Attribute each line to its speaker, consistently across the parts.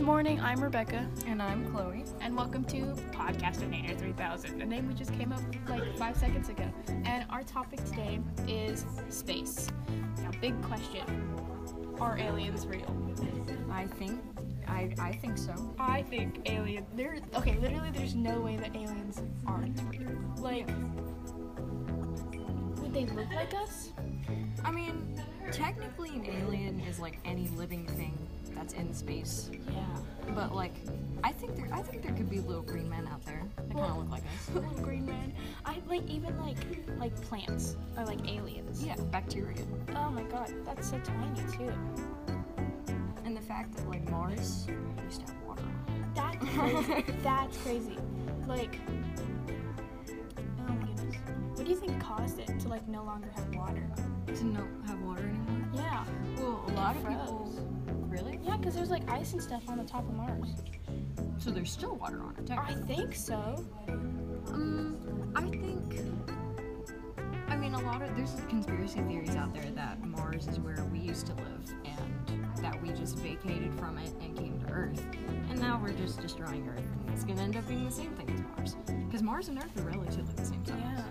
Speaker 1: morning. I'm Rebecca,
Speaker 2: And I'm Chloe.
Speaker 1: and welcome to Podcastinator 3000, a name we just came up with like five seconds ago. And our topic today is space. Now, big question: Are aliens real?
Speaker 2: I think I I think so.
Speaker 1: I think alien. There. Okay, literally, there's no way that aliens aren't real. Like, would they look like us?
Speaker 2: I mean, technically an alien is like any living thing that's in space.
Speaker 1: Yeah.
Speaker 2: But like I think there I think there could be little green men out there that kind
Speaker 1: Well-
Speaker 2: of look like us.
Speaker 1: Little green man. I like even like like plants are like aliens.
Speaker 2: Yeah, bacteria.
Speaker 1: Oh my god, that's so tiny too.
Speaker 2: And the fact that like Mars used to have water.
Speaker 1: That's crazy. That's crazy. Like, oh my goodness. What do you think caused it to like no longer have water?
Speaker 2: To not have water anymore.
Speaker 1: Yeah.
Speaker 2: Well, a
Speaker 1: It
Speaker 2: lot of
Speaker 1: froze.
Speaker 2: people really.
Speaker 1: Yeah, because there's like ice and stuff on the top of Mars.
Speaker 2: So there's still water on it.
Speaker 1: I think so.
Speaker 2: Um, I think. I mean, a lot of there's conspiracy theories out there that Mars is where we used to live, and that we just vacated from it and came to Earth, and now we're just destroying Earth, and it's gonna end up being the same thing as Mars, because Mars and Earth are relatively the same size.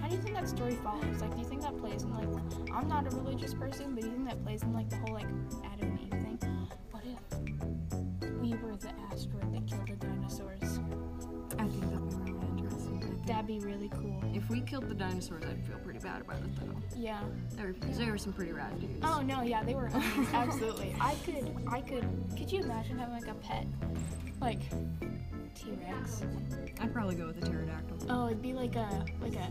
Speaker 1: How do you think that story follows? Like, do you think that plays in like? I'm not a religious person, but do you think that plays in like the whole like Adam and Eve thing? What if we were the asteroid that killed the dinosaurs?
Speaker 2: I think that'd be really interesting. I think
Speaker 1: That'd be really cool.
Speaker 2: if we killed the dinosaurs, I'd feel pretty bad about it though.
Speaker 1: Yeah.
Speaker 2: They were, because they were some pretty rad dudes.
Speaker 1: Oh no, yeah, they were homies, absolutely. I could, I could. Could you imagine having like a pet, like T Rex?
Speaker 2: I'd probably go with a pterodactyl.
Speaker 1: Oh, it'd be like a like a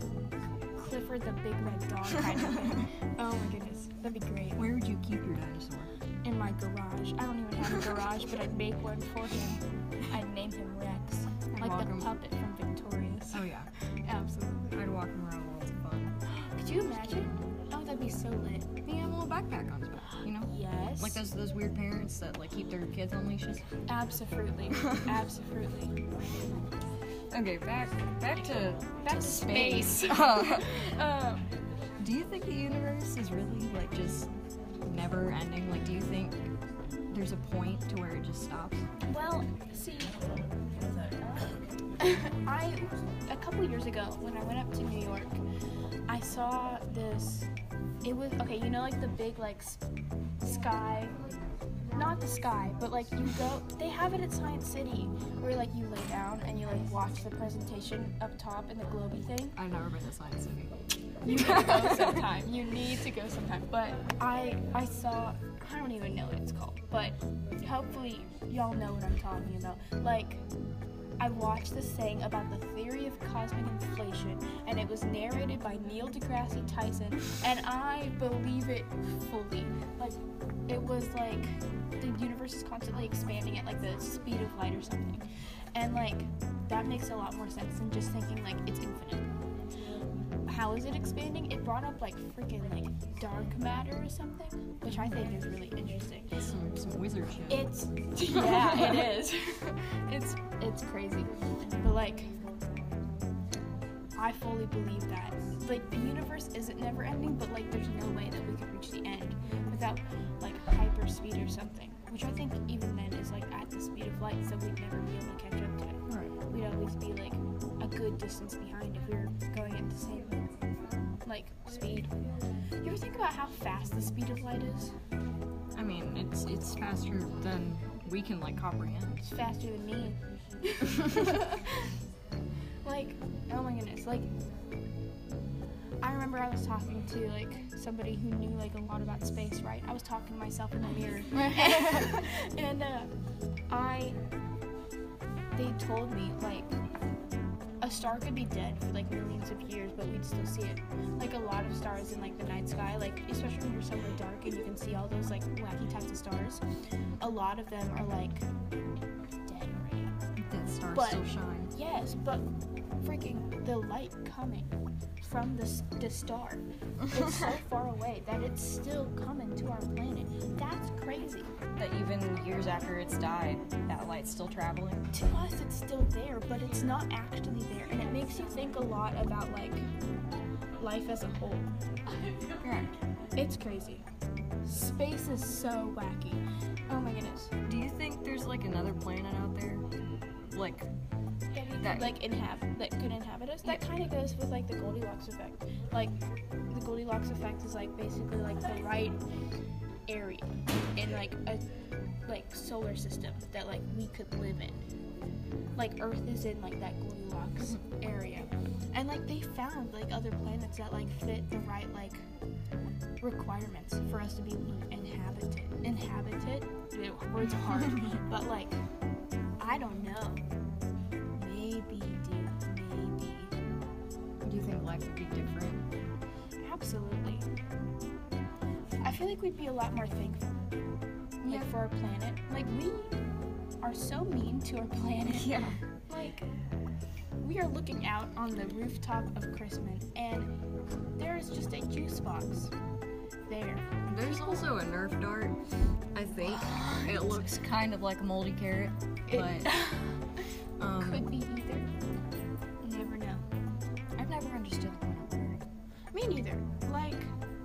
Speaker 1: Clifford the Big Red Dog kind of thing. Oh my goodness, that'd be great.
Speaker 2: Where would you keep your dinosaur?
Speaker 1: In my garage, I don't even have a garage, but I'd make one for him. I'd name him Rex, like
Speaker 2: walk
Speaker 1: the
Speaker 2: him-
Speaker 1: puppet from Victorious.
Speaker 2: Oh yeah,
Speaker 1: Absolutely.
Speaker 2: I'd walk him around lots of fun.
Speaker 1: Could you imagine? Oh, that'd be so lit.
Speaker 2: He had a little backpack on his back, you know?
Speaker 1: Yes.
Speaker 2: Like those those weird parents that like keep their kids on leashes.
Speaker 1: Absolutely. Absolutely.
Speaker 2: Okay, back back to back to
Speaker 1: space.
Speaker 2: Uh,
Speaker 1: Um.
Speaker 2: do you think the universe is really like just never ending? Like, do you think there's a point to where it just stops?
Speaker 1: Well, see, I a couple years ago when I went up to New York, I saw this. It was okay, you know, like the big like s- sky, not the sky, but like you go. They have it at Science City, where like you lay down and you like watch the presentation up top and the globy thing.
Speaker 2: I've never been to Science City.
Speaker 1: You need to go sometime. You need to go sometime. But I I saw I don't even know what it's called, but hopefully y'all know what I'm talking about. Like I watched this thing about the theory of cosmic inflation and it was narrated by Neil deGrasse Tyson and I believe it fully. Like it was like the universe is constantly expanding at like the speed of light or something. And like that makes a lot more sense than just thinking like it's infinite how is it expanding? It brought up like freaking like dark matter or something, which I think is really interesting.
Speaker 2: Some some wizard shit.
Speaker 1: It's yeah, it is. it's it's crazy, but like I fully believe that like the universe isn't never ending, but like there's no way that we could reach the end without like hyper speed or something, which I think even then is like at the speed of light, so we'd never be able to catch up to it.
Speaker 2: Right.
Speaker 1: We'd always be like a good distance behind if we were going at the same like speed. You ever think about how fast the speed of light is?
Speaker 2: I mean, it's it's faster than we can like comprehend.
Speaker 1: It's faster than me. like, oh my goodness, like I remember I was talking to like somebody who knew like a lot about space, right? I was talking to myself in the mirror. and uh, I they told me like a star could be dead for like millions of years, but we'd still see it. Like a lot of stars in like the night sky, like especially when you're somewhere dark and you can see all those like wacky types of stars. A lot of them are like dead already.
Speaker 2: That star
Speaker 1: But-
Speaker 2: still shines.
Speaker 1: Yes, but freaking the light coming from the, s- the star is so far away that it's still coming to our planet. That's crazy.
Speaker 2: That even years after it's died, that light's still traveling.
Speaker 1: To us, it's still there, but it's not actually there, and it makes you think a lot about like life as a whole.
Speaker 2: Correct.
Speaker 1: It's crazy. Space is so wacky. Oh my goodness.
Speaker 2: Do you think there's like another planet out there? Like,
Speaker 1: That we
Speaker 2: That-
Speaker 1: could, like inhabit that could inhabit us. That kind of goes with like the Goldilocks effect. Like the Goldilocks effect is like basically like the right area in like a like solar system that like we could live in. Like Earth is in like that Goldilocks area, and like they found like other planets that like fit the right like requirements for us to be inhabited. Inhabited. Ew, Words are hard, but like I don't know. Maybe, dude. Maybe.
Speaker 2: do you think life would be different?
Speaker 1: Absolutely. I feel like we'd be a lot more thankful.
Speaker 2: Yeah.
Speaker 1: Like for our planet. Like we are so mean to our planet.
Speaker 2: Yeah.
Speaker 1: Like we are looking out on the rooftop of Chrisman and there is just a juice box there.
Speaker 2: There's also a Nerf dart. I think it looks kind of like a moldy carrot,
Speaker 1: It
Speaker 2: but um,
Speaker 1: could be either. Never know.
Speaker 2: I've never understood the point of carrot.
Speaker 1: Me neither. Like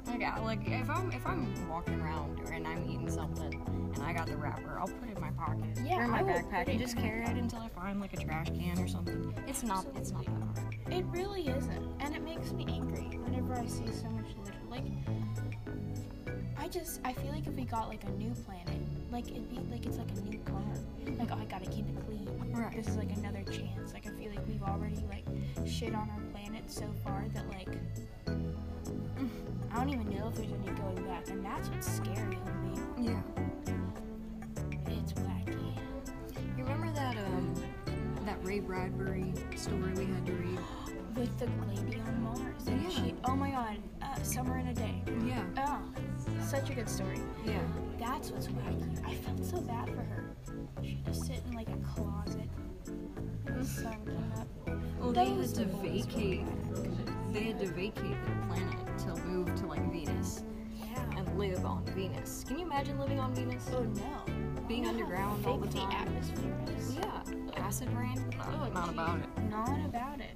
Speaker 2: Like, I, like if I'm if I'm walking around and I'm eating something and I got the wrapper, I'll put it in my pocket
Speaker 1: Yeah,
Speaker 2: or in my
Speaker 1: I will
Speaker 2: backpack
Speaker 1: put
Speaker 2: and
Speaker 1: it
Speaker 2: just
Speaker 1: in my
Speaker 2: carry it until I find like a trash can or something. It's not it's not that hard.
Speaker 1: It really isn't, and it makes me angry whenever I see so much litter. Like, I just I feel like if we got like a new planet, like it'd be like it's like a new car. Like, oh, I gotta keep it clean.
Speaker 2: Right.
Speaker 1: This is like another chance. Like, I feel like we've already like shit on our planet so far that like I don't even know if there's any going back, and that's what's scary of me.
Speaker 2: Yeah.
Speaker 1: It's wacky.
Speaker 2: You remember that um that Ray Bradbury story we had to read?
Speaker 1: With the lady on Mars, and
Speaker 2: Yeah.
Speaker 1: she, oh my god, uh, summer in a day.
Speaker 2: Yeah.
Speaker 1: Oh, such a good story.
Speaker 2: Yeah.
Speaker 1: That's what's wacky. I felt so bad for her. She had to sit in like a closet. uh, The sun came up.
Speaker 2: Well, they had
Speaker 1: Those
Speaker 2: to
Speaker 1: boys were
Speaker 2: vacate.
Speaker 1: bad.
Speaker 2: They had to vacate their planet to move to like Venus
Speaker 1: Yeah.
Speaker 2: and live on Venus. Can you imagine living on Venus?
Speaker 1: Oh no. You
Speaker 2: Being
Speaker 1: know how
Speaker 2: underground all the
Speaker 1: thick
Speaker 2: time.
Speaker 1: atmosphere is?
Speaker 2: Yeah. Acid rain?
Speaker 1: Oh,
Speaker 2: not
Speaker 1: gee.
Speaker 2: about it.
Speaker 1: Not about it.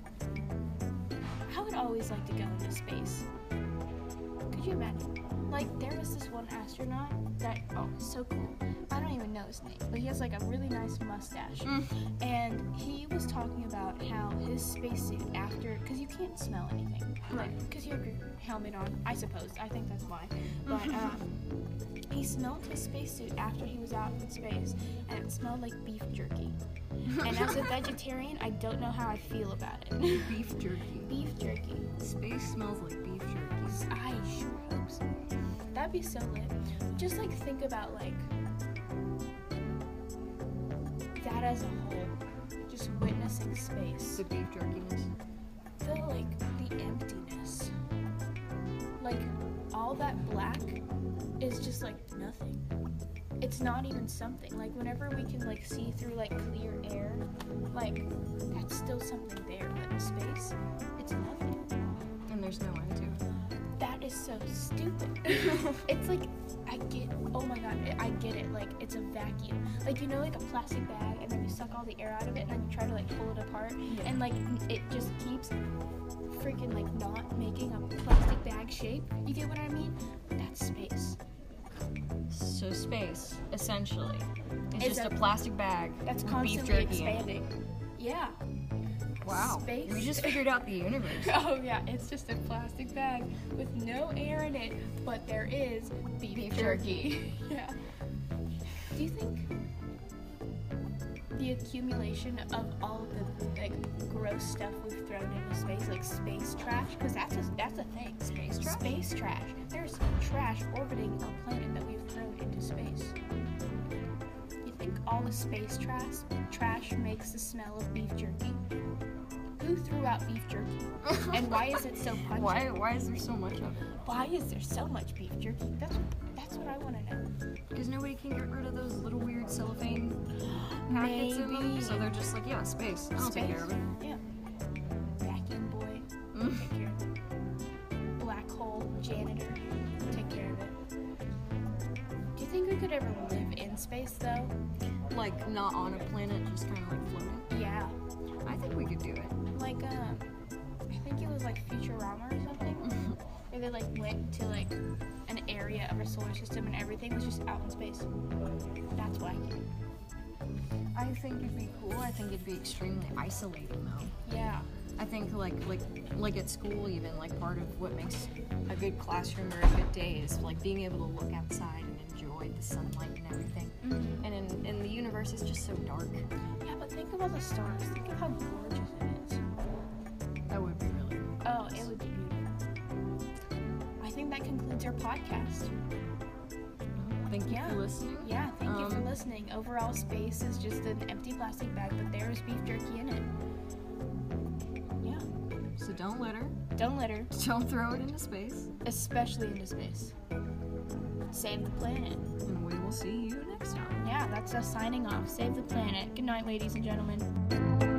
Speaker 1: I would always like to go into space. Could you imagine? Like, there was this one astronaut that, oh, so cool. I don't even know his name, but he has like a really nice mustache.
Speaker 2: Mm.
Speaker 1: And he was talking about how his spacesuit after, because you can't smell anything,
Speaker 2: Right.
Speaker 1: because you have your helmet on. I suppose. I think that's why. But um, he smelled his spacesuit after he was out in space, and it smelled like beef jerky. And as a vegetarian, I don't know how I feel about it.
Speaker 2: beef jerky.
Speaker 1: beef jerky.
Speaker 2: Space smells like beef jerky.
Speaker 1: I sure hope so. That'd be so lit. Just like think about like that as a whole. Just witnessing space.
Speaker 2: The beef jerkiness.
Speaker 1: the like the emptiness like all that black is just like nothing it's not even something like whenever we can like see through like clear air like that's still something there but in space it's nothing
Speaker 2: And there's no end to it.
Speaker 1: that is so stupid it's like i get oh my god I- i get it like it's a vacuum like you know like a plastic bag and then you suck all the air out of it and then you try to like pull it apart and like it just keeps freaking like not making a plastic bag shape. You get what I mean? That's space.
Speaker 2: So space, essentially,
Speaker 1: It's
Speaker 2: is just a,
Speaker 1: a-
Speaker 2: plastic bag
Speaker 1: That's
Speaker 2: with beef
Speaker 1: constantly
Speaker 2: jerky. in it.
Speaker 1: expanding. Yeah.
Speaker 2: Wow.
Speaker 1: Space.
Speaker 2: We just figured out the universe.
Speaker 1: Oh yeah, it's just a plastic bag with no air in it, but there is beef,
Speaker 2: Beef
Speaker 1: jerky. yeah. Do you think the accumulation of all of the like gross stuff we've thrown into space, like space trash, because that's a that's a thing.
Speaker 2: Space
Speaker 1: Space trash. There's trash orbiting our planet that we've thrown into space. You think all the space trash trash makes the smell of beef jerky? Who threw out beef jerky? And why is it so pungent?
Speaker 2: Why? Why is there so much of it?
Speaker 1: Why is there so much beef jerky? That's that's what I want to know.
Speaker 2: Because nobody can get rid of those little weird cellophane packets in them,
Speaker 1: Maybe.
Speaker 2: so they're just like, yeah, space. I'll take care of it.
Speaker 1: Yeah. Vacuum boy,
Speaker 2: Mm.
Speaker 1: take care of it. Black hole janitor, take care of it. Do you think we could ever live in space though?
Speaker 2: Like not on a planet, just kind of like floating.
Speaker 1: Yeah.
Speaker 2: I think we could do it.
Speaker 1: like um I think it was like Futurama or something. Where they like went to like an area of our solar system and everything was just out in space. That's wacky.
Speaker 2: I think it'd be cool. I think it'd be extremely isolating though.
Speaker 1: Yeah.
Speaker 2: I think like like like at school even like part of what makes a good classroom or a good day is like being able to look outside and enjoy the sunlight and everything. And in, in the universe is just so dark.
Speaker 1: Yeah, but think of all the stars. Think of how gorgeous it is.
Speaker 2: That would be really cool.
Speaker 1: Oh, it would be beautiful. I think that concludes our podcast.
Speaker 2: Thank you
Speaker 1: Yeah.
Speaker 2: for listening.
Speaker 1: Yeah, thank you for
Speaker 2: Um,
Speaker 1: listening. Overall, space is just an empty plastic bag, but there is beef jerky in it. Yeah.
Speaker 2: So don't litter.
Speaker 1: Don't litter,
Speaker 2: Don't throw it into space.
Speaker 1: especially into space. Save the planet.
Speaker 2: And we will see you next time.
Speaker 1: Yeah, that's us signing off. Save the planet. Good night, ladies and gentlemen.